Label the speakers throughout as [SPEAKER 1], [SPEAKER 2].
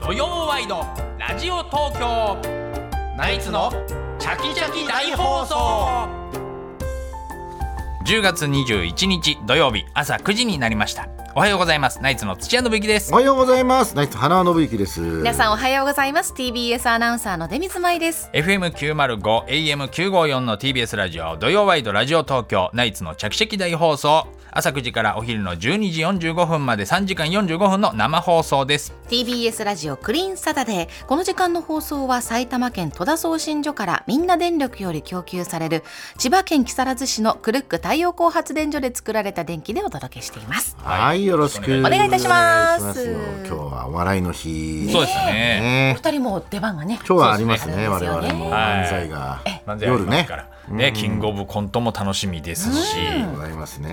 [SPEAKER 1] 土曜ワイドラジオ東京ナイツのチャキチャキ大放送10月21日土曜日朝9時になりましたおはようございますナイツの土屋信之です
[SPEAKER 2] おはようございます。ナイツ花輪信之です。
[SPEAKER 3] 皆さ
[SPEAKER 2] ん。
[SPEAKER 3] んおはようございます TBS アナウンサーの出水舞です
[SPEAKER 1] FM905 AM954 の TBS ラジオ土曜ワイドラジオ東京ナイツの着席大放送朝9時からお昼の12時45分まで3時間45分の生放送です
[SPEAKER 3] TBS ラジオクリーンサタデーこの時間の放送は埼玉県戸田送信所からみんな電力より供給される千葉県木更津市のクルック太陽光発電所で作られた電気でお届けしてい ます
[SPEAKER 2] はい、よろしく
[SPEAKER 1] お
[SPEAKER 3] 願いいたします
[SPEAKER 2] お願いしますよ今日はお笑いの日。
[SPEAKER 1] そうですね
[SPEAKER 2] ね。
[SPEAKER 3] 二人も出番がね
[SPEAKER 2] 今日はあります
[SPEAKER 3] そうで
[SPEAKER 2] ね。
[SPEAKER 3] す
[SPEAKER 2] 我
[SPEAKER 3] ね
[SPEAKER 2] 々も
[SPEAKER 1] はい
[SPEAKER 2] 漫才が
[SPEAKER 1] 漫才あり
[SPEAKER 2] 夜
[SPEAKER 1] ます
[SPEAKER 2] ね
[SPEAKER 1] か。ら、ねキングオブコントも楽しみですし、
[SPEAKER 2] ございますね。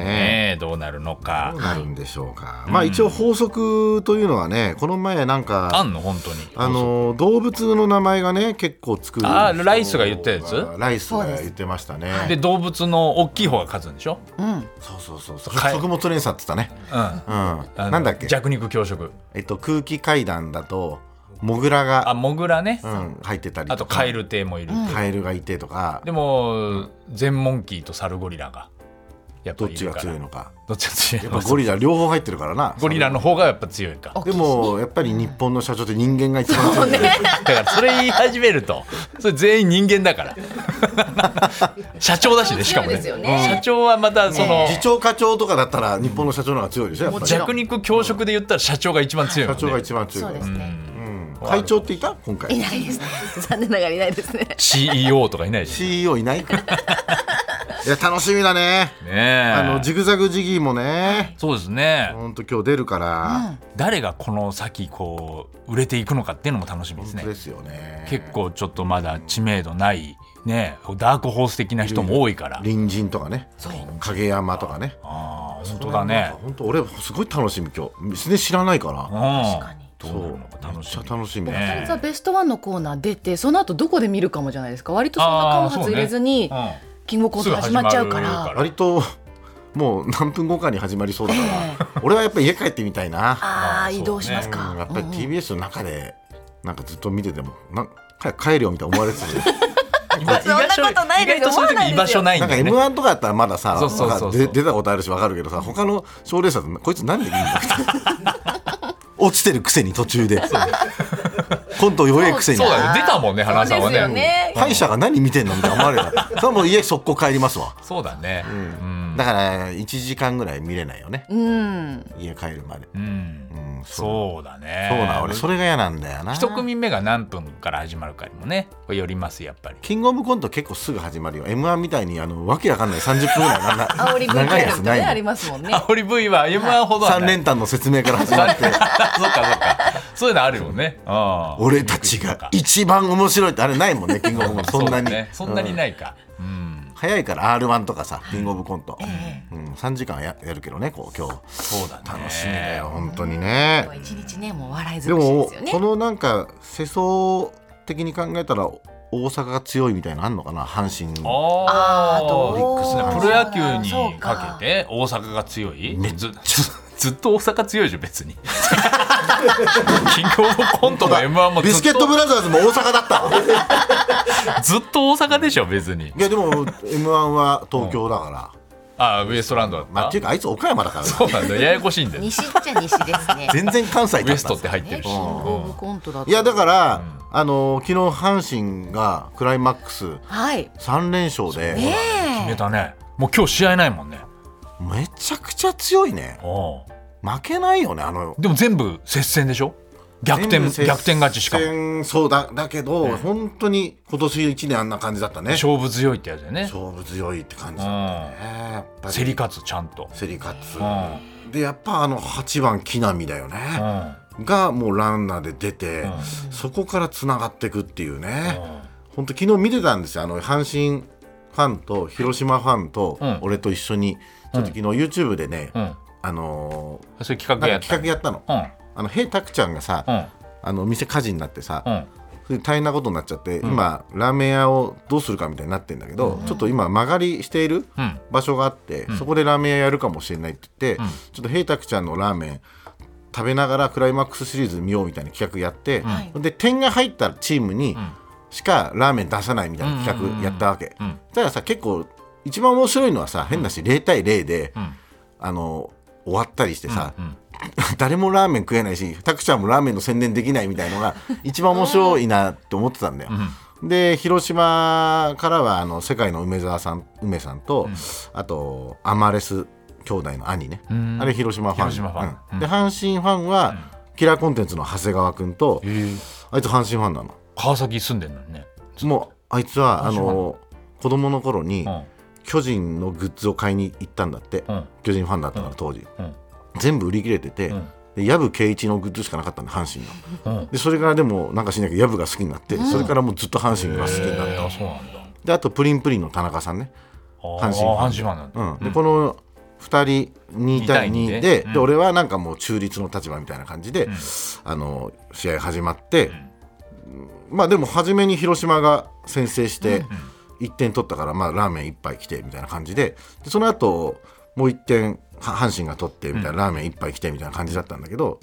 [SPEAKER 1] ね、どうなるの
[SPEAKER 2] どう
[SPEAKER 1] か
[SPEAKER 2] なるんでしょうか。まあ一応法則というのはね、この前なん
[SPEAKER 1] あ
[SPEAKER 2] か。
[SPEAKER 1] んの本当に
[SPEAKER 2] あの動物の名前がね結構作る人
[SPEAKER 1] あーライスが言ったやつ
[SPEAKER 2] ライスが言ってましたね
[SPEAKER 1] で動物の大きい方が勝つんでしょ、
[SPEAKER 3] うん
[SPEAKER 2] そうそうそうそう
[SPEAKER 1] かえ
[SPEAKER 2] 食物連鎖って言ったね
[SPEAKER 1] うん、あ
[SPEAKER 2] う
[SPEAKER 1] の
[SPEAKER 2] んなんだっけ
[SPEAKER 1] 弱肉強食
[SPEAKER 2] えっと空気階段だとモグラが
[SPEAKER 1] あモグラね、
[SPEAKER 2] うん、入ってたり
[SPEAKER 1] あとカエル亭もいる、
[SPEAKER 2] カエルがいてとか
[SPEAKER 1] でも全モンキーとサルゴリラがやっぱ
[SPEAKER 2] どっ
[SPEAKER 1] い
[SPEAKER 2] ち
[SPEAKER 1] る
[SPEAKER 2] が
[SPEAKER 1] から
[SPEAKER 2] 強いのか
[SPEAKER 1] どっちが強い
[SPEAKER 2] やっ
[SPEAKER 1] の
[SPEAKER 2] ぱゴリラ両方入ってるからな
[SPEAKER 1] ゴリラの方がやっぱ強い か
[SPEAKER 2] でもやっぱり日本の社長って人間が一番 強い、
[SPEAKER 1] だからそれ言い始めるとそれ全員人間だから 社長だしねしかもね
[SPEAKER 3] そうですよね
[SPEAKER 1] 社長はまたその、
[SPEAKER 2] 次長課長とかだったら日本の社長の方が強いでしょやっぱり社
[SPEAKER 1] 弱肉強食で言ったら社長が一番強いもん、ね、
[SPEAKER 2] 長が一番
[SPEAKER 3] そ
[SPEAKER 2] 強い
[SPEAKER 3] う
[SPEAKER 2] か
[SPEAKER 3] で
[SPEAKER 2] ら
[SPEAKER 3] すね
[SPEAKER 2] うん会長っていた今
[SPEAKER 3] い
[SPEAKER 2] 回
[SPEAKER 3] ないですね 残念ながらいないですね
[SPEAKER 1] CEO とかいないし
[SPEAKER 2] CEO いない いや楽しみだね
[SPEAKER 1] ねえ
[SPEAKER 2] あのジグザグジギーもね
[SPEAKER 1] そうですね、
[SPEAKER 2] ほんと今日出るから、
[SPEAKER 1] 誰がこの先こう売れていくのかっていうのも楽しみです
[SPEAKER 2] 本
[SPEAKER 1] ね
[SPEAKER 2] 当ですよね
[SPEAKER 1] 結構ちょっとまだ知名度ないねダークホース的な人も多いから
[SPEAKER 2] 隣人とかね影山とかね
[SPEAKER 1] ああ本当だね
[SPEAKER 2] 本当俺すごい楽しみ今日全然知らないから、
[SPEAKER 1] 確
[SPEAKER 3] かに
[SPEAKER 1] どうなるのか楽し
[SPEAKER 2] めっ
[SPEAKER 1] み
[SPEAKER 2] ちゃ楽しみだ、
[SPEAKER 1] ね
[SPEAKER 3] さあベストワンのコーナー出てその後どこで見るかもじゃないですか割とそんな間
[SPEAKER 1] あーそう
[SPEAKER 3] 髪
[SPEAKER 1] ね
[SPEAKER 3] 入れずに、
[SPEAKER 1] う
[SPEAKER 3] キングオブコント始まっちゃうから
[SPEAKER 1] すぐ始まるから
[SPEAKER 2] 割ともう何分後かに始まりそうだから、俺はやっぱり家帰ってみたい
[SPEAKER 3] あ
[SPEAKER 2] な、
[SPEAKER 1] あ
[SPEAKER 3] あ
[SPEAKER 1] ー
[SPEAKER 3] 移動します
[SPEAKER 2] うん
[SPEAKER 3] か、
[SPEAKER 2] やっぱり TBS の中でなんかずっと見ててもなんか帰るよみたいな思われて たじ ゃん
[SPEAKER 1] ん、今
[SPEAKER 3] そんなことない
[SPEAKER 1] 意外とそういう時居場所ないん
[SPEAKER 2] なんか
[SPEAKER 1] だよね
[SPEAKER 2] m 1とかだったらまださ
[SPEAKER 1] そうそうそうそう
[SPEAKER 2] なんか出出たことあるしわかるけどさ他の賞レースだとこいつなんで見ん だみたいな落ちてるくせに途中でコント弱いくせに
[SPEAKER 1] そうだよ出たもんね
[SPEAKER 3] そう
[SPEAKER 1] 花さんは
[SPEAKER 3] ですよ
[SPEAKER 1] ね
[SPEAKER 3] ね
[SPEAKER 2] 歯医者が何見てんのみたいな思われたそれはもう家速攻帰りますわ
[SPEAKER 1] そうだねうん
[SPEAKER 2] だから1時間ぐらい見れないよね
[SPEAKER 3] うん
[SPEAKER 2] 家帰るまで、
[SPEAKER 1] うん
[SPEAKER 2] うん、そう
[SPEAKER 1] そうだね
[SPEAKER 2] そうな俺それが嫌なんだよな
[SPEAKER 1] 一組目が何分から始まるかにもねこれよりますやっぱり
[SPEAKER 2] キングオブコント結構すぐ始まるよ m 1みたいにあのわけわかんない30分ぐらいなんな
[SPEAKER 3] 煽り文
[SPEAKER 2] 長
[SPEAKER 3] 化
[SPEAKER 2] いやつ
[SPEAKER 3] とか
[SPEAKER 2] な
[SPEAKER 3] ねあり
[SPEAKER 2] い
[SPEAKER 3] ますもんね
[SPEAKER 1] あ堀 V は m 1ほどは
[SPEAKER 2] 3
[SPEAKER 1] ない
[SPEAKER 2] 連単の説明から始ま
[SPEAKER 1] 三
[SPEAKER 2] っ
[SPEAKER 1] 連 そう
[SPEAKER 2] て
[SPEAKER 1] かそうかそういうのあるよねうん
[SPEAKER 2] 俺たちが一番面白いってあれないもんねキングオブコントそんな
[SPEAKER 1] うだ
[SPEAKER 2] に
[SPEAKER 1] ねそんなに
[SPEAKER 2] い、
[SPEAKER 1] ないかうん
[SPEAKER 2] うん早いから r 1とかさキングオブコント、うん、3時間はややるけどねこう今日
[SPEAKER 1] そうだね
[SPEAKER 2] 楽しみだよ本当にね
[SPEAKER 3] 一日ねもう笑い
[SPEAKER 2] で
[SPEAKER 3] 尽くしで
[SPEAKER 2] も
[SPEAKER 3] すよ
[SPEAKER 2] こ
[SPEAKER 3] ね
[SPEAKER 2] のなんか世相的に考えたら大阪が強いみたいなのあんのかな阪神
[SPEAKER 1] あ
[SPEAKER 3] あーどう
[SPEAKER 2] オリックスね
[SPEAKER 1] プロ野球
[SPEAKER 3] そう
[SPEAKER 1] にかけて大阪が強い
[SPEAKER 2] めっ
[SPEAKER 1] ずずっと大阪強いでしょ別に キングオブコントの m 1もず
[SPEAKER 2] ビスケ
[SPEAKER 1] っ
[SPEAKER 2] ット
[SPEAKER 1] と
[SPEAKER 2] ブラザーズも大阪だったわ
[SPEAKER 1] ずっと大阪でしょ別に
[SPEAKER 2] いやでも m 1は東京だから、
[SPEAKER 1] あーウエストランドだった、
[SPEAKER 2] まあ、っていうかあいつ岡山だからな
[SPEAKER 1] そうなんだややこしい んだよ
[SPEAKER 3] 西っちゃ西ですね
[SPEAKER 2] 全然関西
[SPEAKER 1] ウ
[SPEAKER 2] だ
[SPEAKER 1] エ
[SPEAKER 2] っ
[SPEAKER 1] ス
[SPEAKER 2] た
[SPEAKER 1] トって入って
[SPEAKER 3] ね
[SPEAKER 1] る
[SPEAKER 3] キ
[SPEAKER 1] し、
[SPEAKER 3] ングオブコントだと
[SPEAKER 2] いやだから、あのー昨日阪神がクライマックス
[SPEAKER 3] はい
[SPEAKER 2] 3連勝で、
[SPEAKER 3] ね
[SPEAKER 1] 決め
[SPEAKER 3] え
[SPEAKER 1] たねもう今日試合ないもんね
[SPEAKER 2] めちゃくちゃ強いね
[SPEAKER 1] おう
[SPEAKER 2] 負けないよねあの
[SPEAKER 1] でも全部接戦でしょ逆転
[SPEAKER 2] 全部接戦
[SPEAKER 1] 逆転勝ちしかも
[SPEAKER 2] そうだだけど、本当に今年1年あんな感じだったね
[SPEAKER 1] 勝負強いってやつだよね
[SPEAKER 2] 勝負強いって感じだったねやっぱり
[SPEAKER 1] 競り勝つちゃんと、
[SPEAKER 2] 競り勝つ、
[SPEAKER 1] う
[SPEAKER 2] でやっぱあの8番木浪だよね、
[SPEAKER 1] んうん
[SPEAKER 2] がもうランナーで出て、
[SPEAKER 1] うん
[SPEAKER 2] そこからつながっていくっていう
[SPEAKER 1] う
[SPEAKER 2] ね、
[SPEAKER 1] ん
[SPEAKER 2] ほん、本当昨日見てたんですよあの阪神ファンと広島ファンと
[SPEAKER 1] うん
[SPEAKER 2] 俺と一緒に、ちょっと昨日 YouTube でね、
[SPEAKER 1] うん
[SPEAKER 2] あの
[SPEAKER 1] そういう企
[SPEAKER 2] ー
[SPEAKER 1] 画
[SPEAKER 2] な
[SPEAKER 1] や
[SPEAKER 2] んか
[SPEAKER 1] った
[SPEAKER 2] 企画やったの。あの平拓ちゃんがさ、
[SPEAKER 1] うん
[SPEAKER 2] あの店火事になってさ、
[SPEAKER 1] うんうん
[SPEAKER 2] それで大変なことになっちゃって、今ラーメン屋をどうするかみたいになってんだけど、ちょっと今間借りしている
[SPEAKER 1] うん
[SPEAKER 2] 場所があって、そこでラーメン屋やるかもしれないって言って、ちょっと平拓ちゃんのラーメン食べながらクライマックスシリーズ見ようみたいな企画やって、
[SPEAKER 3] はい
[SPEAKER 2] で点が入ったチームに
[SPEAKER 1] ん
[SPEAKER 2] しかラーメン出さないみたいな企画やったわけ、
[SPEAKER 1] うん
[SPEAKER 2] たださ結構一番面白いのはさ変なし0対0で、
[SPEAKER 1] ん
[SPEAKER 2] あの終わったりしてさ、
[SPEAKER 1] うん
[SPEAKER 2] 誰もラーメン食えないしタクちゃんもラーメンの宣伝できないみたいのが一番面白いなって思ってたんだよ。で広島からはあの世界の梅沢さん梅さんと、あとアマレス兄弟の兄ね、
[SPEAKER 1] ん
[SPEAKER 2] あれ広島ファン
[SPEAKER 1] 広島ファン
[SPEAKER 2] うんで阪神ファンは、キラーコンテンツの長谷川君と、
[SPEAKER 1] ええ
[SPEAKER 2] あいつ阪神ファンなの。
[SPEAKER 1] 川崎住んでんのにね
[SPEAKER 2] もうあいつはあ
[SPEAKER 1] 阪神ファン
[SPEAKER 2] の子供の頃に、
[SPEAKER 1] うん
[SPEAKER 2] 巨人のグッズを買いに行ったんだって、
[SPEAKER 1] うん
[SPEAKER 2] 巨人ファンだったから当時、
[SPEAKER 1] うん
[SPEAKER 2] 全部売り切れてて、
[SPEAKER 1] ん
[SPEAKER 2] で薮圭一のグッズしかなかったんで阪神の
[SPEAKER 1] うん
[SPEAKER 2] でそれからでもなんかしないけど薮が好きになって、それからもうずっと阪神が好きになっ
[SPEAKER 1] え
[SPEAKER 2] た、
[SPEAKER 1] ーそうなんだ
[SPEAKER 2] であとプリンプリンの田中さんね、
[SPEAKER 1] あー
[SPEAKER 2] 阪神ファ
[SPEAKER 1] 阪
[SPEAKER 2] ン
[SPEAKER 1] 神ファンなんだ
[SPEAKER 2] うんでこの2人
[SPEAKER 1] 二
[SPEAKER 2] 2対2で
[SPEAKER 1] 対二で
[SPEAKER 2] で俺はなんかもう中立の立場みたいな感じで、あの試合始まって、まあでも初めに広島が先制して1点取ったから、まあ、ラーメン1杯来てみたいな感じででその後もう1点は阪神が取ってみたいな、ラーメン1杯来てみたいな感じだったんだけど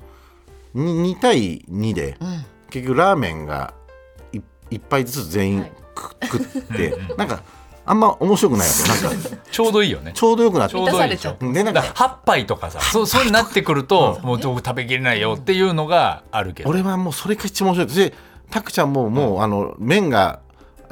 [SPEAKER 2] 2, 対2で、結局ラーメンがい1杯ずつ全員く食って、なんかあんま面白くないわけなんか
[SPEAKER 1] ちょうどいいよね
[SPEAKER 2] ちょうどよくなって
[SPEAKER 1] ちょうどいいで
[SPEAKER 3] 満たされ
[SPEAKER 1] し
[SPEAKER 3] ちゃ
[SPEAKER 1] ょ
[SPEAKER 3] う
[SPEAKER 2] でなん
[SPEAKER 1] だ
[SPEAKER 2] か
[SPEAKER 1] から8杯とかさそうそうになってくるともうどう食べきれないよっていうのがあるけど
[SPEAKER 2] 俺はもうそれが一番面白いでたくちゃんももう、あの麺が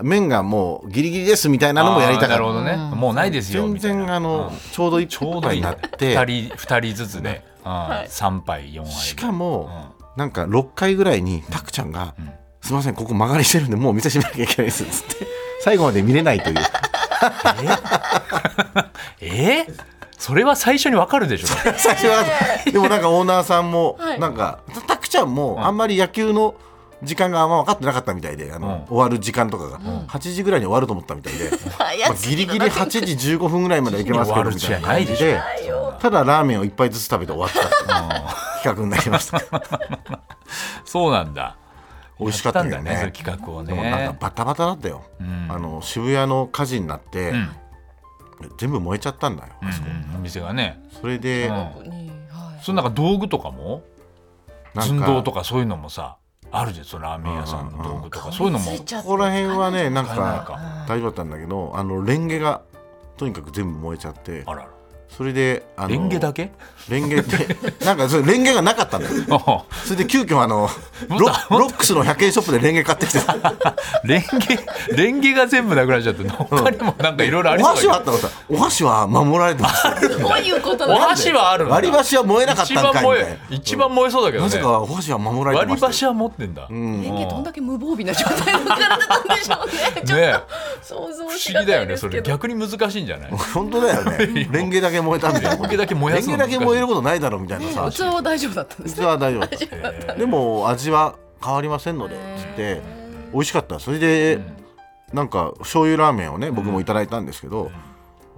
[SPEAKER 2] 麺がもうギリギリですみたいなのもやりたか
[SPEAKER 1] あーな
[SPEAKER 2] っ
[SPEAKER 1] るほ
[SPEAKER 2] た
[SPEAKER 1] どねもうないですよ
[SPEAKER 2] 全
[SPEAKER 1] みたい
[SPEAKER 2] 然
[SPEAKER 1] な
[SPEAKER 2] あの、ちょうど一
[SPEAKER 1] ちょうど
[SPEAKER 2] 杯
[SPEAKER 1] いい
[SPEAKER 2] になっ
[SPEAKER 1] ね
[SPEAKER 2] て
[SPEAKER 1] 2人二人ずつで3杯4杯
[SPEAKER 2] しかも、なんか6回ぐらいにたくちゃんが、すいませんここ曲がりしてるんでもう店閉めなきゃいけないです」っつって最後まで見れないという
[SPEAKER 1] え ーそれは最初にわかるでしょ
[SPEAKER 2] 最初はでもなんかオーナーさんも、
[SPEAKER 3] はい
[SPEAKER 2] なんかたたくちゃんもあんまり野球の時間があんま分かってなかったみたいであの、
[SPEAKER 1] うん
[SPEAKER 2] 終わる時間とかが、8時ぐらいに終わると思ったみたいで。まあ、ギリギリ8時15分ぐらいまでは行けますけどみたいな感じ
[SPEAKER 1] 終
[SPEAKER 2] でただラーメンを一杯ずつ食べて終わったっていう企画になり ました
[SPEAKER 1] そうなんだ
[SPEAKER 2] 美味しかったけ
[SPEAKER 1] や
[SPEAKER 2] ど
[SPEAKER 1] ん
[SPEAKER 2] ね
[SPEAKER 1] だねそういう企画を
[SPEAKER 2] でもなん
[SPEAKER 1] ね
[SPEAKER 2] かバタバタだったよ、
[SPEAKER 1] ん
[SPEAKER 2] あの渋谷の火事になって、
[SPEAKER 1] ん
[SPEAKER 2] 全部燃えちゃったんだよ、あそこ
[SPEAKER 1] うんお店がね
[SPEAKER 2] それで、
[SPEAKER 1] うんそのなんか道具とかも
[SPEAKER 2] なん
[SPEAKER 1] 寸
[SPEAKER 2] か
[SPEAKER 1] 胴とかそういうのもさあるじゃんそのラーメン屋さんの道具とかそういうのも
[SPEAKER 2] ここら辺はねなん
[SPEAKER 1] 買えない
[SPEAKER 2] か
[SPEAKER 1] か
[SPEAKER 2] 大丈夫だったんだけどあのレンゲがとにかく全部燃えちゃって
[SPEAKER 1] あらら
[SPEAKER 2] それであの
[SPEAKER 1] レンゲだけ
[SPEAKER 2] レンゲって なんかそれレンゲがなかったんだよそれで急遽あのロ
[SPEAKER 1] もっと
[SPEAKER 2] ロックスの100円ショップでレンゲ買ってきて
[SPEAKER 1] レン ゲレンゲが全部なくなっちゃって他にもなんかいろいろあり
[SPEAKER 2] お
[SPEAKER 1] そうだけ
[SPEAKER 2] 箸
[SPEAKER 1] ど
[SPEAKER 2] はあったのさお箸は守られてます
[SPEAKER 3] どういうこと
[SPEAKER 1] お
[SPEAKER 3] なん
[SPEAKER 1] 箸はあるんだ
[SPEAKER 2] 割り箸は燃えなかったんかいみ
[SPEAKER 1] 一番燃え
[SPEAKER 2] たいな
[SPEAKER 1] 一番燃えそうだけど
[SPEAKER 2] な
[SPEAKER 1] ね
[SPEAKER 2] ぜかお箸は守られて
[SPEAKER 1] 割
[SPEAKER 2] ま
[SPEAKER 1] り
[SPEAKER 2] した
[SPEAKER 1] 箸
[SPEAKER 2] よ
[SPEAKER 1] は持ってんだ、
[SPEAKER 2] うん
[SPEAKER 3] 人間どんだけ無防備な状態の体だったんでしょうねちょ
[SPEAKER 1] ね
[SPEAKER 3] っと想像
[SPEAKER 1] 不
[SPEAKER 3] し
[SPEAKER 1] 思
[SPEAKER 3] が
[SPEAKER 1] 議
[SPEAKER 3] た
[SPEAKER 1] だよ
[SPEAKER 3] いで
[SPEAKER 1] ねそ
[SPEAKER 3] す
[SPEAKER 1] れ
[SPEAKER 3] けど
[SPEAKER 1] 逆に難しいんじ ゃない
[SPEAKER 2] 本当だよねレンゲだけ燃えたみたいな
[SPEAKER 1] レンゲだけ燃やす
[SPEAKER 2] レ
[SPEAKER 1] の
[SPEAKER 2] ン
[SPEAKER 1] 難しい
[SPEAKER 2] ゲだけ燃えることないだろうみたいなさ
[SPEAKER 3] 器は大丈夫だったんです
[SPEAKER 2] 実
[SPEAKER 3] ね
[SPEAKER 2] は大丈夫だったでも味は変わりませんのでつって美味しかったそれでなんか醤油ラーメンをね僕もいただいたんですけど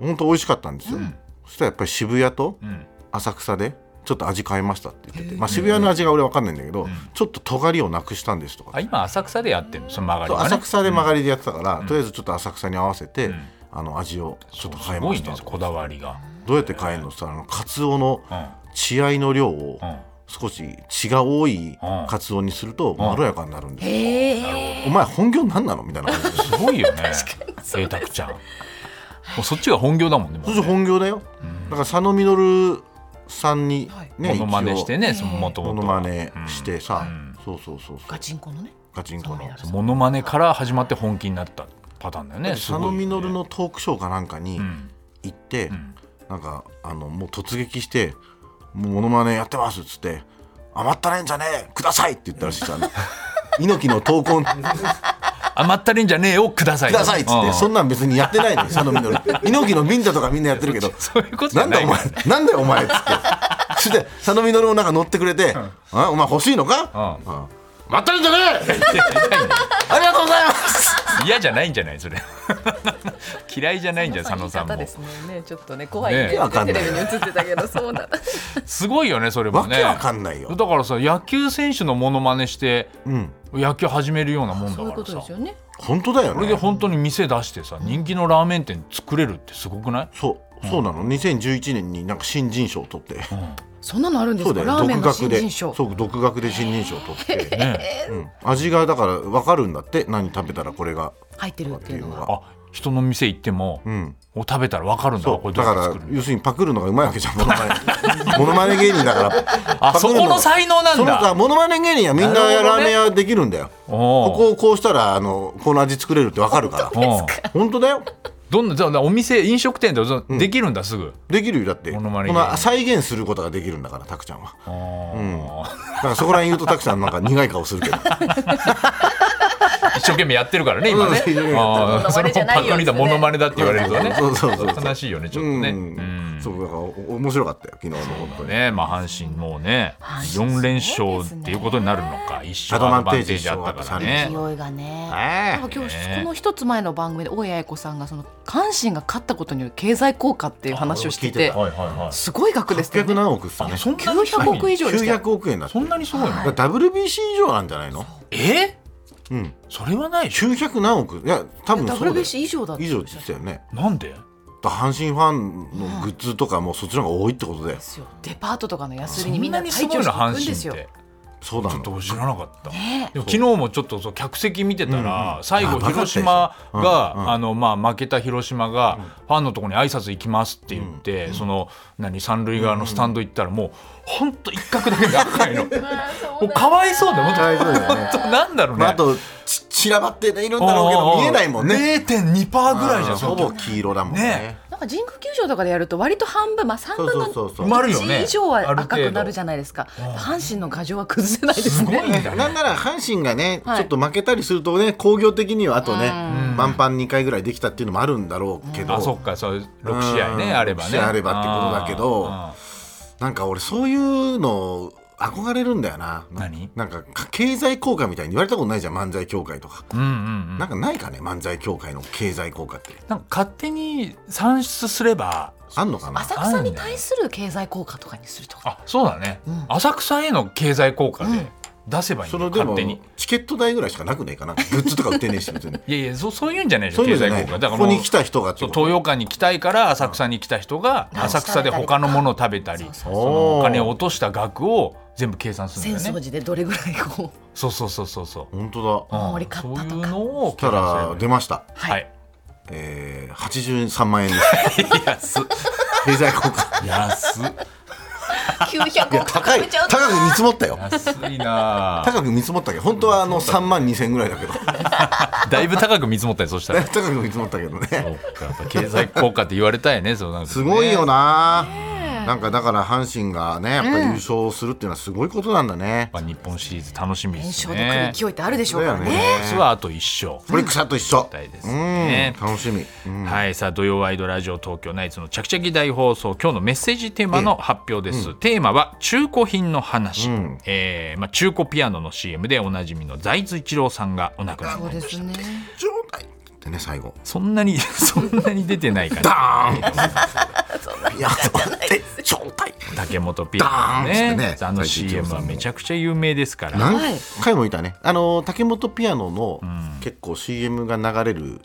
[SPEAKER 2] 本当美味しかったんですよそしたらやっぱり渋谷と
[SPEAKER 1] ん
[SPEAKER 2] 浅草でちょっと味変えましたって言っててまあ渋谷の味が俺わかんないんだけどちょっと尖りをなくしたんですとか
[SPEAKER 1] あ今浅草でやってるのその曲がり
[SPEAKER 2] そう
[SPEAKER 1] がね
[SPEAKER 2] 浅草で曲がりでやってたから、とりあえずちょっと浅草に合わせて、あの味をちょっと変え
[SPEAKER 1] す
[SPEAKER 2] ま
[SPEAKER 1] ご
[SPEAKER 2] し
[SPEAKER 1] い
[SPEAKER 2] た
[SPEAKER 1] ね
[SPEAKER 2] と
[SPEAKER 1] こだわりが
[SPEAKER 2] どうやって変えるのって言ったらあのカツオの
[SPEAKER 1] うん
[SPEAKER 2] 血合いの量を
[SPEAKER 1] うん
[SPEAKER 2] 少し血が多い
[SPEAKER 1] うん
[SPEAKER 2] カツオにするとまろやかになるんですよ、
[SPEAKER 3] え
[SPEAKER 2] お前本業なんなのみたいな 感じで
[SPEAKER 1] すごいよ ね贅沢ちゃんもうそっちが本業だもんねも
[SPEAKER 2] そうして本業だよ、だから佐野実さんにね、
[SPEAKER 1] モノマネしてねその
[SPEAKER 3] ええ
[SPEAKER 1] 元
[SPEAKER 2] 一応モ
[SPEAKER 1] 々
[SPEAKER 2] ノマネしてさ、そうそうそうそう
[SPEAKER 3] ガチンコのね
[SPEAKER 2] ガチンコの
[SPEAKER 3] そうなんだ
[SPEAKER 1] モノマネから始まって本気になったパターンだよね
[SPEAKER 2] 佐
[SPEAKER 1] すご
[SPEAKER 2] 野
[SPEAKER 1] い
[SPEAKER 2] 実
[SPEAKER 1] よね
[SPEAKER 2] のトークショーかなんかに
[SPEAKER 1] ん
[SPEAKER 2] 行って、なんかあのもう突撃して「もうモノマネやってます」っつって「余ったねんじゃねえください」って言ったらしいじゃん猪木の闘魂く
[SPEAKER 1] 余ったれんじゃねえをください
[SPEAKER 2] ださいっつっ
[SPEAKER 1] う
[SPEAKER 2] て
[SPEAKER 1] ん
[SPEAKER 2] そんなん別にやってないのよ 佐野実猪木のミンタとかみんなやってるけど
[SPEAKER 1] そういうことじ
[SPEAKER 2] な
[SPEAKER 1] ゃ
[SPEAKER 2] ん
[SPEAKER 1] な
[SPEAKER 2] だお
[SPEAKER 1] い
[SPEAKER 2] 前なんだよお前っつってそして佐野実もなんか乗ってくれて「あお前欲しいのか
[SPEAKER 1] う
[SPEAKER 2] うん余ったねんじゃねえありがとうございます
[SPEAKER 1] 嫌じゃないんじゃないそれ 嫌いじゃないんじゃん佐野さん
[SPEAKER 3] 方
[SPEAKER 1] も
[SPEAKER 3] ですもんねちょっとね怖い
[SPEAKER 1] ね
[SPEAKER 3] ね
[SPEAKER 2] わかんな
[SPEAKER 3] テ
[SPEAKER 2] い
[SPEAKER 3] レビに映ってたけどそうなんだ
[SPEAKER 1] すごいよねそれもね
[SPEAKER 2] わけわかんないよ
[SPEAKER 1] だからさ野球選手のモノマネして
[SPEAKER 2] うん
[SPEAKER 1] 野球始めるようなもんだ
[SPEAKER 3] そういう
[SPEAKER 1] か
[SPEAKER 3] こ
[SPEAKER 1] ら
[SPEAKER 3] と
[SPEAKER 1] さ
[SPEAKER 3] ですよね
[SPEAKER 2] 本当だよ
[SPEAKER 1] これで
[SPEAKER 2] ね
[SPEAKER 1] 本当に店出してさ人気のラーメン店作れるってすごくない
[SPEAKER 2] そうそうなの2011年になんか新人賞を取って
[SPEAKER 1] うん
[SPEAKER 3] そんなのあるんで
[SPEAKER 2] そ
[SPEAKER 3] す
[SPEAKER 2] うだ
[SPEAKER 3] か
[SPEAKER 2] よ
[SPEAKER 3] ラーメン
[SPEAKER 2] 独
[SPEAKER 3] の
[SPEAKER 2] 学
[SPEAKER 3] 新
[SPEAKER 2] で
[SPEAKER 3] 人賞
[SPEAKER 2] そう独学で新人賞を取って、
[SPEAKER 1] ね
[SPEAKER 2] うん、味がだから分かるんだって何食べたらこれが
[SPEAKER 3] 入ってるっていうのは
[SPEAKER 1] あ人の店行っても、
[SPEAKER 2] うん
[SPEAKER 1] お食べたら分かるんだ
[SPEAKER 2] そ
[SPEAKER 1] こ
[SPEAKER 2] う
[SPEAKER 1] れど
[SPEAKER 2] だ
[SPEAKER 1] う
[SPEAKER 2] か
[SPEAKER 1] やって作
[SPEAKER 2] ら
[SPEAKER 1] るんだ
[SPEAKER 2] 要するにパクるのがうまいわ けじゃんモノマネモノマネ芸人だから
[SPEAKER 1] あ
[SPEAKER 2] パ
[SPEAKER 1] そ
[SPEAKER 2] クる
[SPEAKER 1] こ
[SPEAKER 2] が
[SPEAKER 1] の才能なん
[SPEAKER 2] その
[SPEAKER 1] だ
[SPEAKER 2] 他モノマネ芸人はみんな
[SPEAKER 1] なるほど
[SPEAKER 2] ラ
[SPEAKER 1] ね
[SPEAKER 2] ーメン屋できるんだよ
[SPEAKER 1] お
[SPEAKER 2] こ
[SPEAKER 1] ー
[SPEAKER 2] こをこうしたらあのこの味作れるって分かるから
[SPEAKER 1] おー
[SPEAKER 2] 本当だよ
[SPEAKER 1] どんなじゃあお店飲食店でもできるんだすぐ、
[SPEAKER 2] できるよだって
[SPEAKER 1] モ
[SPEAKER 2] こ
[SPEAKER 1] ノマネ芸人
[SPEAKER 2] の再現することができるんだからタクちゃんは
[SPEAKER 1] あー
[SPEAKER 2] だからそこら辺言うとタクちゃんなんか苦い顔するけど
[SPEAKER 1] 一生懸命やってるからね今ね
[SPEAKER 2] うん一生懸命やってる
[SPEAKER 1] あーそのパッと見たモノマネだって言われるとね
[SPEAKER 2] そうそうそうそう
[SPEAKER 1] 悲しいよねちょっとね、うん
[SPEAKER 2] そうだからお面白かったよ昨日の本当に
[SPEAKER 1] ねまあ、阪神もうね
[SPEAKER 3] 阪神
[SPEAKER 1] 4連勝っていうことになるのか一勝ア
[SPEAKER 2] ア
[SPEAKER 1] ド
[SPEAKER 2] ド
[SPEAKER 1] バ
[SPEAKER 2] バ
[SPEAKER 1] ン
[SPEAKER 2] ン
[SPEAKER 1] テ
[SPEAKER 2] テ
[SPEAKER 1] ー
[SPEAKER 2] ー
[SPEAKER 1] ジ
[SPEAKER 2] ジ
[SPEAKER 1] あったからね
[SPEAKER 2] ね
[SPEAKER 3] 勢いがね
[SPEAKER 2] え
[SPEAKER 3] なんか今日
[SPEAKER 1] ね
[SPEAKER 3] この一つ前の番組で大谷彩子さんがその関心が勝ったことによる経済効果っていう話をしてて
[SPEAKER 2] あ
[SPEAKER 1] はいはいはい
[SPEAKER 3] すごい額ですよ
[SPEAKER 2] 800
[SPEAKER 3] ね
[SPEAKER 2] 何億っすよね
[SPEAKER 1] あそんなに
[SPEAKER 3] 900億以上ですよ
[SPEAKER 2] 900億円だって
[SPEAKER 1] そんなにすごいの、
[SPEAKER 2] だから WBC 以上なんじゃないの
[SPEAKER 1] え
[SPEAKER 2] うん
[SPEAKER 1] それはないでしょ
[SPEAKER 2] 900何億いや多分そうだよ
[SPEAKER 3] WBC 以上だって
[SPEAKER 2] 以上って言ってたよね
[SPEAKER 1] なんで
[SPEAKER 2] だから阪神ファンのグッズとかもそっちの方が多いってことだよ
[SPEAKER 3] ですよデパートとかの安売
[SPEAKER 1] そ
[SPEAKER 3] りにみ
[SPEAKER 1] ん
[SPEAKER 3] ん
[SPEAKER 1] な
[SPEAKER 3] な
[SPEAKER 1] に
[SPEAKER 3] 対
[SPEAKER 1] すごい
[SPEAKER 3] 応していく
[SPEAKER 1] の阪
[SPEAKER 3] ん
[SPEAKER 1] 神
[SPEAKER 3] で
[SPEAKER 1] っ
[SPEAKER 3] すよ。
[SPEAKER 1] て
[SPEAKER 2] そうな
[SPEAKER 1] ちょ
[SPEAKER 2] の
[SPEAKER 1] っと知らなかった、
[SPEAKER 3] ね
[SPEAKER 1] でも昨日もちょっとそう客席見てたら、最後
[SPEAKER 2] あバカって
[SPEAKER 1] 広島が、
[SPEAKER 2] うんうん
[SPEAKER 1] あのまあ、負けた広島が、ファンのところに挨拶行きますって言って、その何三塁側のスタンド行ったらもう本当一角だけが赤い のもうかわいそうだよ
[SPEAKER 2] かわいそう
[SPEAKER 1] 本
[SPEAKER 2] だよね
[SPEAKER 1] 当なんだろうね、
[SPEAKER 2] まあ、あとち散らばっているんだろうけど見えないもんね
[SPEAKER 1] 0.2%ぐらいじゃん
[SPEAKER 2] うん
[SPEAKER 1] そ
[SPEAKER 2] ほ
[SPEAKER 1] の
[SPEAKER 2] ぼ黄色だもんね
[SPEAKER 1] ね
[SPEAKER 3] なんか神宮球場とかでやると割と半分まあ3分
[SPEAKER 2] そう
[SPEAKER 3] の
[SPEAKER 2] そうそうそう
[SPEAKER 1] 埋まるよね
[SPEAKER 3] 1以上は赤
[SPEAKER 1] ある
[SPEAKER 3] く
[SPEAKER 1] 程度
[SPEAKER 3] なるじゃないですか阪神の牙城は崩せないですね
[SPEAKER 1] すごいね
[SPEAKER 2] なんなら阪神がね、
[SPEAKER 3] はい
[SPEAKER 2] ちょっと負けたりするとね工業的にはあとね
[SPEAKER 1] ん
[SPEAKER 2] 満帆2回ぐらいできたっていうのもあるんだろうけど、
[SPEAKER 1] あそっかそう6試合
[SPEAKER 2] う
[SPEAKER 1] ね
[SPEAKER 2] ん
[SPEAKER 1] あればね
[SPEAKER 2] 六試合あればってことだけど
[SPEAKER 1] あ
[SPEAKER 2] なんか俺そういうの憧れるんだよな
[SPEAKER 1] 何
[SPEAKER 2] なんか経済効果みたいに言われたことないじゃん漫才協会とか、
[SPEAKER 1] ーうんうんうん
[SPEAKER 2] なんかないかね漫才協会の経済効果って
[SPEAKER 1] なんか勝手に算出すれば
[SPEAKER 2] あんのかな
[SPEAKER 3] 浅草に対する経済効果とかにするとか
[SPEAKER 1] あそうだね、
[SPEAKER 3] うん
[SPEAKER 1] 浅草への経済効果で出せばいい
[SPEAKER 2] そ
[SPEAKER 1] の、
[SPEAKER 2] ので
[SPEAKER 1] 勝
[SPEAKER 2] も
[SPEAKER 1] 手に
[SPEAKER 2] チケット代ぐらいしかなくねえかなグッズとか売ってねえし別に
[SPEAKER 1] いやいやそそういうんじゃないでし
[SPEAKER 2] そ
[SPEAKER 1] ょ
[SPEAKER 2] ういう
[SPEAKER 1] 経
[SPEAKER 2] の
[SPEAKER 1] 済
[SPEAKER 2] じゃない
[SPEAKER 1] 効果だ
[SPEAKER 2] こ
[SPEAKER 1] から
[SPEAKER 2] こ
[SPEAKER 1] もう
[SPEAKER 2] に来た人がって
[SPEAKER 1] そう
[SPEAKER 2] こと
[SPEAKER 1] 東洋館に来たいから浅草に来た人が
[SPEAKER 3] ん
[SPEAKER 1] 浅草で他のものを食べたり
[SPEAKER 3] そう
[SPEAKER 1] そ
[SPEAKER 3] そう
[SPEAKER 1] のお金を落とした額を全部計算する
[SPEAKER 3] 浅
[SPEAKER 1] んだ
[SPEAKER 3] 草
[SPEAKER 1] よね
[SPEAKER 3] 寺でどれぐらいこう
[SPEAKER 1] そうそうそうそうそう
[SPEAKER 2] 本当だ
[SPEAKER 3] お守り買ったとか
[SPEAKER 1] そういうのを計
[SPEAKER 2] そした
[SPEAKER 1] 算すれば
[SPEAKER 2] ら
[SPEAKER 1] いい
[SPEAKER 2] 出ました、
[SPEAKER 1] はい
[SPEAKER 2] えー、83万円です
[SPEAKER 1] 安っ
[SPEAKER 2] 経済効果
[SPEAKER 1] 安っ
[SPEAKER 2] い
[SPEAKER 3] 900
[SPEAKER 2] や
[SPEAKER 3] 億
[SPEAKER 2] 高い
[SPEAKER 3] 超えちゃう
[SPEAKER 2] 高く見積もったよ
[SPEAKER 1] 安いなあ
[SPEAKER 2] 高く見積もったけど本当はあの3万2千ぐらいだ けど
[SPEAKER 1] だいぶ高く見積もったよそしたら
[SPEAKER 2] 高く見積もったけどね
[SPEAKER 1] そっかやっぱ経済効果って言われたいねそうなんかね
[SPEAKER 2] すごいよな、なんかだから阪神がねやっぱり優勝するっていうのはすごいことなんだね、
[SPEAKER 1] やっぱ日本シリーズ楽しみで
[SPEAKER 3] 連
[SPEAKER 1] す
[SPEAKER 3] 勝で来
[SPEAKER 1] ね
[SPEAKER 3] る勢いってあるでしょ
[SPEAKER 2] そう
[SPEAKER 3] う
[SPEAKER 2] だ
[SPEAKER 3] か
[SPEAKER 2] よ
[SPEAKER 3] ら
[SPEAKER 2] ね
[SPEAKER 3] ね
[SPEAKER 1] 明日はあと1勝
[SPEAKER 2] オリックスと一緒
[SPEAKER 1] たいですね
[SPEAKER 2] うん楽しみ、うん
[SPEAKER 1] はいさあ土曜ワイドラジオ東京ナイツのちゃきちゃき大放送今日のメッセージテーマの発表です、テーマは中古品の話、
[SPEAKER 2] ん
[SPEAKER 1] えーまあ、中古ピアノの CM でおなじみの財津一郎さんがお亡くなり
[SPEAKER 3] そうですね
[SPEAKER 2] 状態ってね最後
[SPEAKER 1] そんなに そんなに出てないから
[SPEAKER 2] ダーンいやそうやって状態
[SPEAKER 1] 竹本ピアノの
[SPEAKER 2] ダーンっ
[SPEAKER 1] ね
[SPEAKER 2] てね
[SPEAKER 1] あの CM はめちゃくちゃ有名ですから
[SPEAKER 2] 何
[SPEAKER 3] はい
[SPEAKER 2] 回もいたねあの竹本ピアノの結構 CM が流れる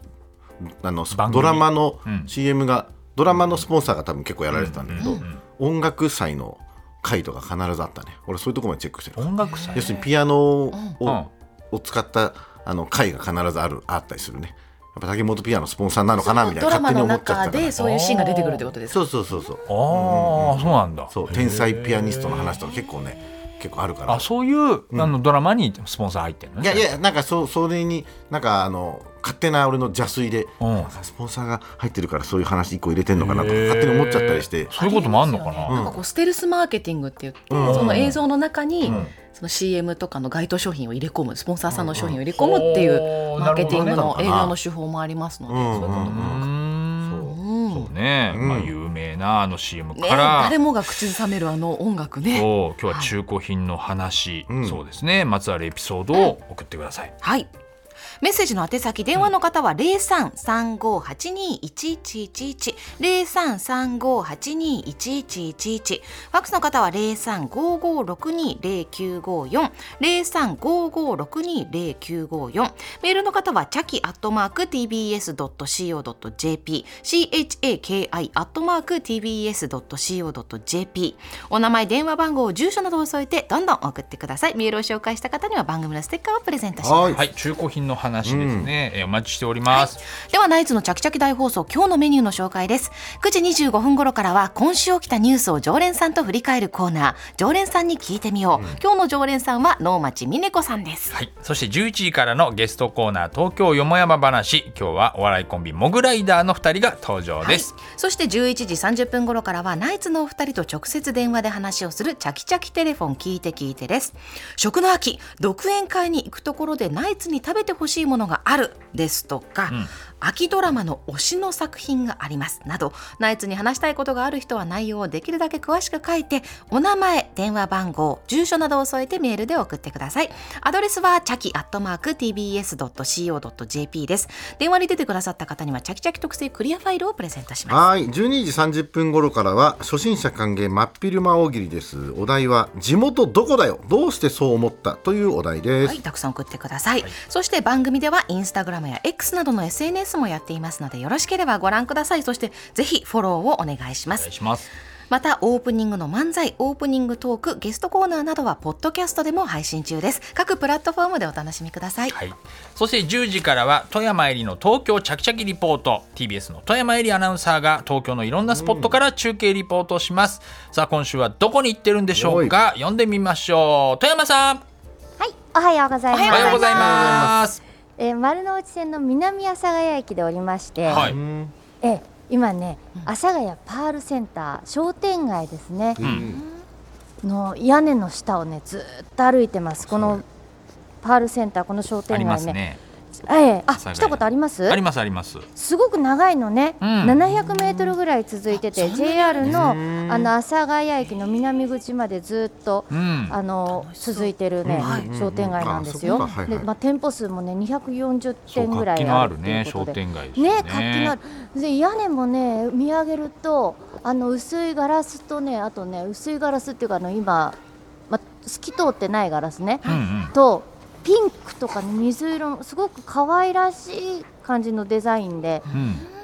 [SPEAKER 2] あの
[SPEAKER 1] 番組
[SPEAKER 2] ドラマの CM が、ドラマのスポンサーが多分結構やられてたんだけど、音楽祭の回とか必ずあったね俺そういうとこまでチェックしてる
[SPEAKER 1] 音楽祭
[SPEAKER 2] 要するにピアノを,、
[SPEAKER 1] うんうん
[SPEAKER 2] を使ったあの回が必ずあるあったりするねやっぱ竹本ピアノスポンサーなのかなみたい
[SPEAKER 3] ド
[SPEAKER 2] な
[SPEAKER 3] ラ
[SPEAKER 2] 勝
[SPEAKER 3] マ
[SPEAKER 2] 手に
[SPEAKER 3] の
[SPEAKER 2] 思っちゃ
[SPEAKER 3] 中
[SPEAKER 2] ったから
[SPEAKER 3] でそういうシーンが出てくるってことですか
[SPEAKER 2] そうそうそうそう
[SPEAKER 1] ああ、そうなんだ
[SPEAKER 2] そう天才ピアニストの話とか結構ね結構あるから
[SPEAKER 1] あそういう、あのドラマにスポンサー入ってるの
[SPEAKER 2] い
[SPEAKER 1] ね
[SPEAKER 2] やいやなんかそそれになんかあの勝手な俺の邪推で、
[SPEAKER 1] うん
[SPEAKER 2] なんかスポンサーが入ってるからそういう話一個入れてんのかなとか勝手に思っちゃったりして
[SPEAKER 1] そういうこともあんのかな、
[SPEAKER 3] なんかこうステルスマーケティングって言って、その映像の中に、その CM とかの該当商品を入れ込むスポンサーさんの商品を入れ込むってい
[SPEAKER 1] うんう
[SPEAKER 3] うんマーケティング
[SPEAKER 1] なる
[SPEAKER 3] の
[SPEAKER 1] ほ
[SPEAKER 2] ど
[SPEAKER 3] 営
[SPEAKER 2] ね
[SPEAKER 3] 業の手法もありますので、そういうこと
[SPEAKER 1] う
[SPEAKER 3] も、
[SPEAKER 1] ーん
[SPEAKER 3] うん
[SPEAKER 1] そうね、
[SPEAKER 2] うん
[SPEAKER 1] まあ有名なあの CM
[SPEAKER 3] ね、
[SPEAKER 1] から、
[SPEAKER 3] 誰もが口ずさめるあの音楽ね。
[SPEAKER 1] そう今日は中古品の話、
[SPEAKER 2] うん
[SPEAKER 1] そうですねまつわるエピソードを送ってください、
[SPEAKER 3] はいメッセージの宛先電話の方は0335821111 0335821111ファックスの方は0355620954 0355620954メールの方はチャキアットマーク tbs.co.jp chaki アットマーク tbs.co.jp お名前電話番号住所などを添えてどんどん送ってくださいメールを紹介した方には番組のステッカーをプレゼントします
[SPEAKER 2] はい、
[SPEAKER 1] はい、中古品の話ですね。えーお待ちしております。
[SPEAKER 3] ではナイツのチャキチャキ大放送今日のメニューの紹介です9時25分頃からは今週起きたニュースを常連さんと振り返るコーナー常連さんに聞いてみよう、今日の常連さんは能町みね子さんです
[SPEAKER 1] はい、そして11時からのゲストコーナー東京よもやま話今日はお笑いコンビモグライダーの2人が登場です、
[SPEAKER 3] そして11時30分頃からはナイツのお二人と直接電話で話をするチャキチャキテレフォン聞いて聞いてです食の秋独演会に行くところでナイツに食べてほしいものがあるですとか、秋ドラマの推しの作品がありますなどナイツに話したいことがある人は内容をできるだけ詳しく書いてお名前電話番号住所などを添えてメールで送ってくださいアドレスはチャキアットマーク TBS.CO.jp です電話に出てくださった方にはチャキチャキ特製クリアファイルをプレゼントします
[SPEAKER 2] はい12時30分頃からは初心者歓迎真っ昼間大喜利ですお題は地元どこだよどうしてそう思ったというお題です、、
[SPEAKER 3] はい、たくさん送ってください、そして番組ではインスタグラムや X などの SNS もやっていますのでよろしければご覧くださいそしてぜひフォローをお願いしま
[SPEAKER 1] お
[SPEAKER 3] す
[SPEAKER 1] 願いします
[SPEAKER 3] またオープニングの漫才オープニングトークゲストコーナーなどはポッドキャストでも配信中です各プラットフォームでお楽しみください、
[SPEAKER 1] はい、そして10時からは富山入りの東京ちゃきちゃきリポート TBS の富山入りアナウンサーが東京のいろんなスポットから中継リポートをします、さあ今週はどこに行ってるんでしょうか呼んでみましょう富山さん
[SPEAKER 4] はい、おはようございます。
[SPEAKER 1] おはようございます
[SPEAKER 4] えー丸の内線の南阿佐ヶ谷駅でおりまして、
[SPEAKER 1] はいう
[SPEAKER 2] ん
[SPEAKER 4] えー今ね、阿佐ヶ谷パールセンター商店街ですね、
[SPEAKER 2] うん
[SPEAKER 4] の屋根の下をねずーっと歩いてます。このパールセンターこの商
[SPEAKER 1] あり
[SPEAKER 4] 店
[SPEAKER 1] ま
[SPEAKER 4] 街
[SPEAKER 1] す
[SPEAKER 4] ね。
[SPEAKER 1] ね
[SPEAKER 4] ええあ
[SPEAKER 1] 佐ヶ谷
[SPEAKER 4] 来たことあります？
[SPEAKER 1] ありますあります
[SPEAKER 4] すごく長いのね、
[SPEAKER 1] うん
[SPEAKER 4] 700メートルぐらい続いてて、JR のあ
[SPEAKER 2] うん
[SPEAKER 4] の阿佐ヶ谷駅の南口までずーっと
[SPEAKER 1] うん
[SPEAKER 4] あの続いてるね、
[SPEAKER 2] はい
[SPEAKER 4] 商店街なんです
[SPEAKER 2] あそ
[SPEAKER 4] よ
[SPEAKER 2] う。かはいは
[SPEAKER 4] で、
[SPEAKER 2] い
[SPEAKER 4] まあ店舗数もね240
[SPEAKER 1] そう
[SPEAKER 4] 店ぐら
[SPEAKER 1] 活
[SPEAKER 4] い
[SPEAKER 1] 気の
[SPEAKER 4] あ
[SPEAKER 1] あ
[SPEAKER 4] る
[SPEAKER 1] る
[SPEAKER 4] とい
[SPEAKER 1] ね
[SPEAKER 4] うこ
[SPEAKER 1] 商
[SPEAKER 4] とで。
[SPEAKER 1] 店街ですよ
[SPEAKER 4] ね、活気のある。で屋根もね見上げるとあの薄いガラスとねあとね薄いガラスっていうかあの今まあ透き通ってないガラスね、
[SPEAKER 1] うんうん
[SPEAKER 4] とピンクとかね水色のすごく可愛らしい感じのデザインで、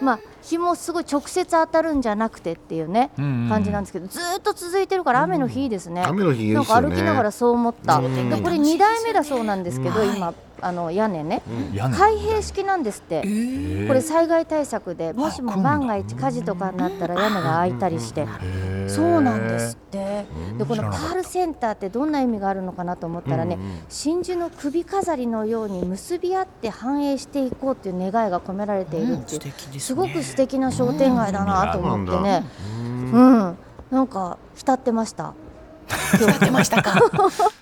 [SPEAKER 1] うん
[SPEAKER 4] まあ日もすごい直接当たるんじゃなくてっていうね、
[SPEAKER 1] うんうん
[SPEAKER 4] 感じなんですけどずーっと続いてるから雨の日ですね。
[SPEAKER 2] 雨の日いい
[SPEAKER 4] な
[SPEAKER 2] で
[SPEAKER 4] ん
[SPEAKER 2] す
[SPEAKER 4] か
[SPEAKER 2] よ
[SPEAKER 4] 歩
[SPEAKER 2] ね
[SPEAKER 4] きながらそう思った。
[SPEAKER 2] うん
[SPEAKER 4] でこれ2代目だそうなんですけど、
[SPEAKER 3] うん
[SPEAKER 4] 今あの屋根ね、
[SPEAKER 1] 屋根
[SPEAKER 4] 開閉式なんですって。
[SPEAKER 1] へえ
[SPEAKER 4] これ災害対策でもし
[SPEAKER 1] あ
[SPEAKER 4] も
[SPEAKER 1] 来るんだ
[SPEAKER 4] 万が一火事とかになったら屋根が開いたりして、
[SPEAKER 1] へえ
[SPEAKER 4] そうなんですって。でこ
[SPEAKER 1] 知ら
[SPEAKER 4] のパ
[SPEAKER 1] なかった
[SPEAKER 4] ールセンターってどんな意味があるのかなと思ったらね、真珠の首飾りのように結び合って繁栄していこうっていう願いが込められているっていう、すごく素敵な商店街だなと思ってね、うん、なんか浸ってました。
[SPEAKER 3] 使ってま したか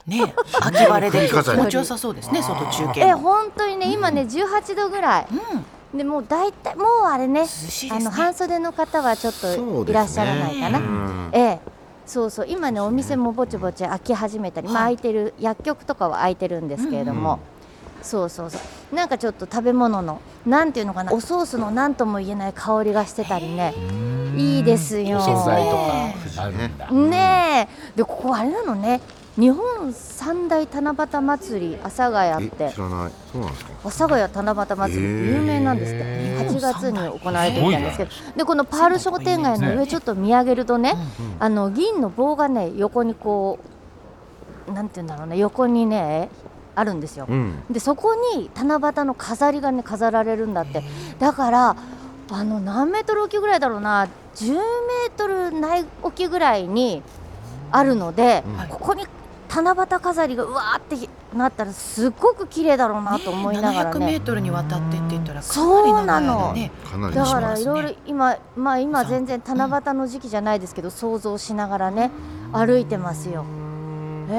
[SPEAKER 3] ね秋晴れで気持ちよさそうですね外中継
[SPEAKER 4] え
[SPEAKER 3] も
[SPEAKER 4] 本当にね今ね18度ぐらい、でもう大体もうあれね
[SPEAKER 3] しいです
[SPEAKER 4] あ
[SPEAKER 3] ね
[SPEAKER 4] の半袖の方はちょっ
[SPEAKER 2] そうです
[SPEAKER 4] と
[SPEAKER 2] ね
[SPEAKER 4] いらっしゃらないかな、
[SPEAKER 2] うん
[SPEAKER 4] ええそうそう今ねお店もぼちぼち開き始めたり、まあ開いてる薬局とかは開いてるんですけれども、そうそうそうなんかちょっと食べ物のなんていうのかなおソースのなんとも言えない香りがしてたりねいいですよ。
[SPEAKER 1] 素材と
[SPEAKER 3] ね
[SPEAKER 1] かあるんだ
[SPEAKER 4] ねえでここあれなのね日本三大七夕祭り阿佐ヶ
[SPEAKER 2] え
[SPEAKER 4] 谷って
[SPEAKER 2] 知らないそうなんですか
[SPEAKER 4] 阿佐ヶ谷七夕祭り有名なんですって、
[SPEAKER 1] へ
[SPEAKER 4] 8月に行われていたんですけど
[SPEAKER 1] す
[SPEAKER 4] でこのパール商店街の
[SPEAKER 1] ね
[SPEAKER 4] 上ちょっと見上げるとね、あの銀の棒がね横にこうなんて言うんだろうね横にねあるんですよ、
[SPEAKER 2] うん
[SPEAKER 4] でそこに七夕の飾りがね飾られるんだってだからあの何メートル沖ぐらいだろうな10メートルない沖ぐらいにあるので、
[SPEAKER 2] うん
[SPEAKER 4] ここに七夕飾りがうわーってなったらすっごく綺麗だろうなと思いながら
[SPEAKER 3] 700メ
[SPEAKER 4] ね
[SPEAKER 3] ートルにわたってって言ったらかなり
[SPEAKER 4] そうな
[SPEAKER 3] 長い
[SPEAKER 4] の
[SPEAKER 3] ね
[SPEAKER 2] かなり
[SPEAKER 4] だ
[SPEAKER 2] しま
[SPEAKER 4] から
[SPEAKER 2] す
[SPEAKER 4] いろいろ今まあ今全然七夕の時期じゃないですけど想像しながらね歩いてますよ。え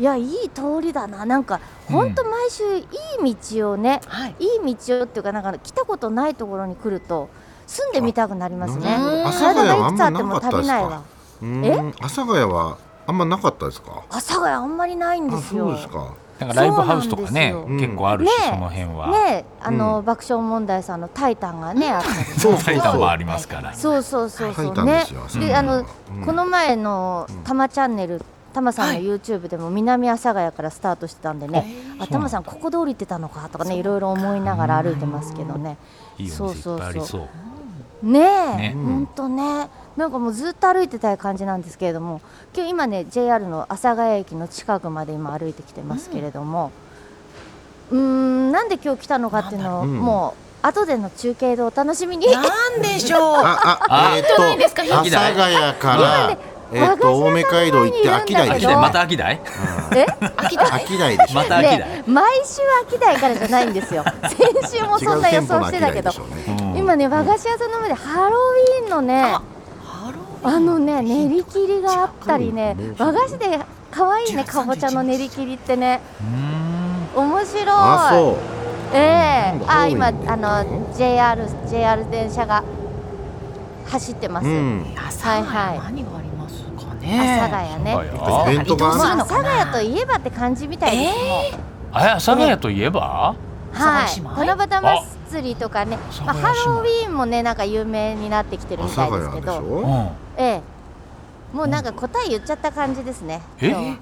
[SPEAKER 4] えいやいい通りだななんか本当毎週いい道をね、
[SPEAKER 3] はい
[SPEAKER 4] いい道をっていうかなんか来たことないところに来ると住んでみたくなりますね。
[SPEAKER 2] なるほど阿佐ヶ
[SPEAKER 4] 体
[SPEAKER 2] 谷はあ
[SPEAKER 4] がいく
[SPEAKER 2] ん
[SPEAKER 4] つあ
[SPEAKER 2] まな
[SPEAKER 4] って
[SPEAKER 2] かったで
[SPEAKER 4] も足り
[SPEAKER 2] す
[SPEAKER 4] ないわ
[SPEAKER 2] か。うん阿佐ヶ谷はあんまなかったですか
[SPEAKER 4] 阿佐ヶ谷あんまりないんで
[SPEAKER 2] あ
[SPEAKER 4] す
[SPEAKER 2] そう
[SPEAKER 4] よ
[SPEAKER 2] です。か
[SPEAKER 1] なんかライブハウスとかね
[SPEAKER 4] そうなん
[SPEAKER 2] ですよ
[SPEAKER 1] 結構あるし、
[SPEAKER 4] ねえ
[SPEAKER 1] その辺は、
[SPEAKER 4] ねあの、
[SPEAKER 2] う
[SPEAKER 4] 爆笑問題さんの「タイタン」がねあったりね
[SPEAKER 2] そう
[SPEAKER 1] 埼玉もありますから、
[SPEAKER 4] そうそうそうそ
[SPEAKER 2] 書いうたんで
[SPEAKER 4] ね
[SPEAKER 2] すよ。
[SPEAKER 4] であの、
[SPEAKER 2] うん
[SPEAKER 4] この前の「たまチャンネル」たまさんの YouTube でも南阿佐ヶ谷からスタートしてたんでね、あたまさんここで降りてたのかとかねいろいろ思いながら歩いてますけどね
[SPEAKER 1] いいお店いっぱいありそう
[SPEAKER 4] そね
[SPEAKER 1] ね
[SPEAKER 4] え本当ねなんかもうずっと歩いてたい感じなんですけれども今日今ね JR の阿佐ヶ谷駅の近くまで今歩いてきてますけれどもうーんなんで今日来たのかっていうのを
[SPEAKER 2] なんだろううん
[SPEAKER 4] もう後での中継でお楽しみに
[SPEAKER 3] なんでしょう。
[SPEAKER 2] あ、
[SPEAKER 1] あ
[SPEAKER 2] あ、えーっと、
[SPEAKER 3] ないんですかヒント
[SPEAKER 2] 阿佐ヶ谷から、えーっと、青梅街道行って、
[SPEAKER 4] 和菓
[SPEAKER 2] 秋
[SPEAKER 4] 子屋さ
[SPEAKER 2] 台
[SPEAKER 4] んの
[SPEAKER 1] 秋
[SPEAKER 4] 前にいるんだけど
[SPEAKER 1] 田また秋田い
[SPEAKER 4] え
[SPEAKER 3] 秋田
[SPEAKER 2] 秋台でしょ。
[SPEAKER 1] また秋田い
[SPEAKER 4] ね、毎週秋台からじゃない んですよ先週もそんな予想してたけど
[SPEAKER 2] 違う店舗の秋台でしょうね
[SPEAKER 4] 今ね和菓子屋さんの前でハロウィーンのね
[SPEAKER 3] ハロウィン
[SPEAKER 4] あのね練り切りがあったりね
[SPEAKER 2] しっか
[SPEAKER 4] 和
[SPEAKER 2] り
[SPEAKER 4] 菓子で可愛いね
[SPEAKER 3] 13
[SPEAKER 4] かぼちゃの練り切りってね
[SPEAKER 1] うーん
[SPEAKER 4] 面白い
[SPEAKER 2] あ、そう。な
[SPEAKER 4] ええ
[SPEAKER 2] んだ
[SPEAKER 4] あ
[SPEAKER 2] 多い
[SPEAKER 4] 今
[SPEAKER 2] ね
[SPEAKER 4] あの JR, JR 電車が走ってます、
[SPEAKER 2] うん。
[SPEAKER 4] はいはい
[SPEAKER 3] 何がありますか
[SPEAKER 4] 阿
[SPEAKER 3] ね。
[SPEAKER 4] 佐ヶ谷ね
[SPEAKER 1] そう
[SPEAKER 2] イ
[SPEAKER 1] か
[SPEAKER 2] ベ
[SPEAKER 1] よ
[SPEAKER 2] ントが
[SPEAKER 4] もう
[SPEAKER 2] あ
[SPEAKER 4] 阿
[SPEAKER 2] る。
[SPEAKER 4] 佐ヶ谷といえばって感じみたいです、もう
[SPEAKER 1] あれ阿佐ヶ谷といえば
[SPEAKER 4] は
[SPEAKER 3] 佐
[SPEAKER 4] い、
[SPEAKER 3] 賀姉妹
[SPEAKER 4] 七夕祭りとかね、
[SPEAKER 1] あ
[SPEAKER 4] まあ、
[SPEAKER 1] 佐
[SPEAKER 4] ハ
[SPEAKER 1] 賀姉妹
[SPEAKER 4] ロウィーンもねなんか有名になってきてる
[SPEAKER 2] 阿
[SPEAKER 4] み
[SPEAKER 2] 佐
[SPEAKER 4] たいで
[SPEAKER 2] ヶ
[SPEAKER 4] すけ
[SPEAKER 2] 谷でし
[SPEAKER 4] ど、
[SPEAKER 1] うん
[SPEAKER 2] ょ。
[SPEAKER 4] ええ、もうなんか答え言っちゃった感じですね。
[SPEAKER 1] え
[SPEAKER 4] 今日は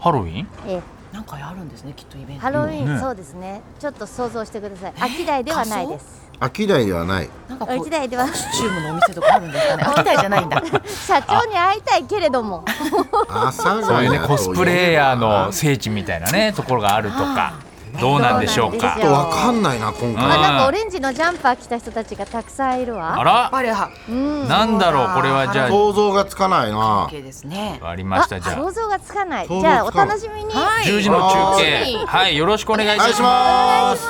[SPEAKER 1] ハロウィン
[SPEAKER 4] え
[SPEAKER 3] なんかあるんですねきっとイベ
[SPEAKER 4] え、
[SPEAKER 3] ント
[SPEAKER 4] ハ。ロウィーン、
[SPEAKER 1] うんね
[SPEAKER 4] そうですね。ちょっと想像してください。秋代ではないです。
[SPEAKER 2] 秋台ではない。
[SPEAKER 3] なんかこう
[SPEAKER 4] 秋代では
[SPEAKER 3] コスチュームのお店とかあるんですか ね。秋田じゃないんだ。
[SPEAKER 4] 社長に会いたいけれども、
[SPEAKER 2] 阿佐ヶ谷
[SPEAKER 1] そういうね
[SPEAKER 2] と
[SPEAKER 1] コスプレイヤーの聖地みたいなねところがあるとかどうなんでしょう
[SPEAKER 4] どうなん
[SPEAKER 1] か
[SPEAKER 4] で
[SPEAKER 2] ちょっとわかんないな、今
[SPEAKER 4] あ、
[SPEAKER 1] うん
[SPEAKER 2] 回。
[SPEAKER 4] なんかオレンジのジャンパー着た人たちがたくさんいる
[SPEAKER 1] あ
[SPEAKER 4] わ。
[SPEAKER 1] ら
[SPEAKER 3] バレハ
[SPEAKER 4] うん。
[SPEAKER 1] なんだろうこれはじゃ
[SPEAKER 2] 想像がつかないな。
[SPEAKER 3] 系ですね
[SPEAKER 1] あ。ありま
[SPEAKER 4] あ、
[SPEAKER 1] したじゃ
[SPEAKER 4] 想像がつかない。
[SPEAKER 2] 想像
[SPEAKER 4] じゃあお
[SPEAKER 2] つかな
[SPEAKER 4] 楽
[SPEAKER 2] い
[SPEAKER 4] しみに。
[SPEAKER 3] はい
[SPEAKER 1] 10時の中継
[SPEAKER 3] はい
[SPEAKER 1] はいよろしくお願いい
[SPEAKER 2] お願
[SPEAKER 1] た
[SPEAKER 2] い
[SPEAKER 1] し
[SPEAKER 2] し
[SPEAKER 1] ま
[SPEAKER 2] ます。
[SPEAKER 1] す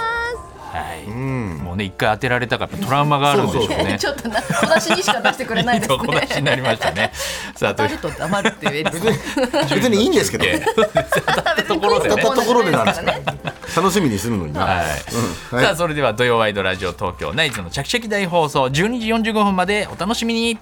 [SPEAKER 1] はい
[SPEAKER 2] うん。
[SPEAKER 1] もうね一回当てられたからやっぱトラウマがあるんでしょうね
[SPEAKER 3] ちょっとな小出しにしか出してくれないい
[SPEAKER 1] い
[SPEAKER 3] です
[SPEAKER 1] と こ出しに
[SPEAKER 3] ね。
[SPEAKER 1] なりました ねさあと
[SPEAKER 3] 当
[SPEAKER 1] い
[SPEAKER 3] た
[SPEAKER 1] う
[SPEAKER 3] ると黙るっていうエリス。
[SPEAKER 2] 別にいいんですけど。
[SPEAKER 1] 当たったところで
[SPEAKER 2] 当
[SPEAKER 1] ね
[SPEAKER 2] たったところでなんですから。楽しみにするのにな。
[SPEAKER 1] はい
[SPEAKER 2] うんはい
[SPEAKER 1] さあそれでは土曜ワイドラジオ東京ナイツの着席大放送12時45分までお楽しみに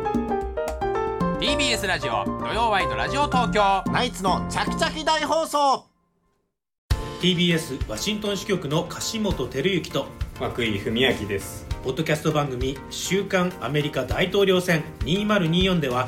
[SPEAKER 1] 「TBS ラジオ土曜ワイドラジオ東京」
[SPEAKER 2] ナイツのチャキチャキ大放送。
[SPEAKER 5] TBS ワシントン支局の樫本照之と
[SPEAKER 6] 涌井文明です
[SPEAKER 5] ポッドキャスト番組「週刊アメリカ大統領選2024」では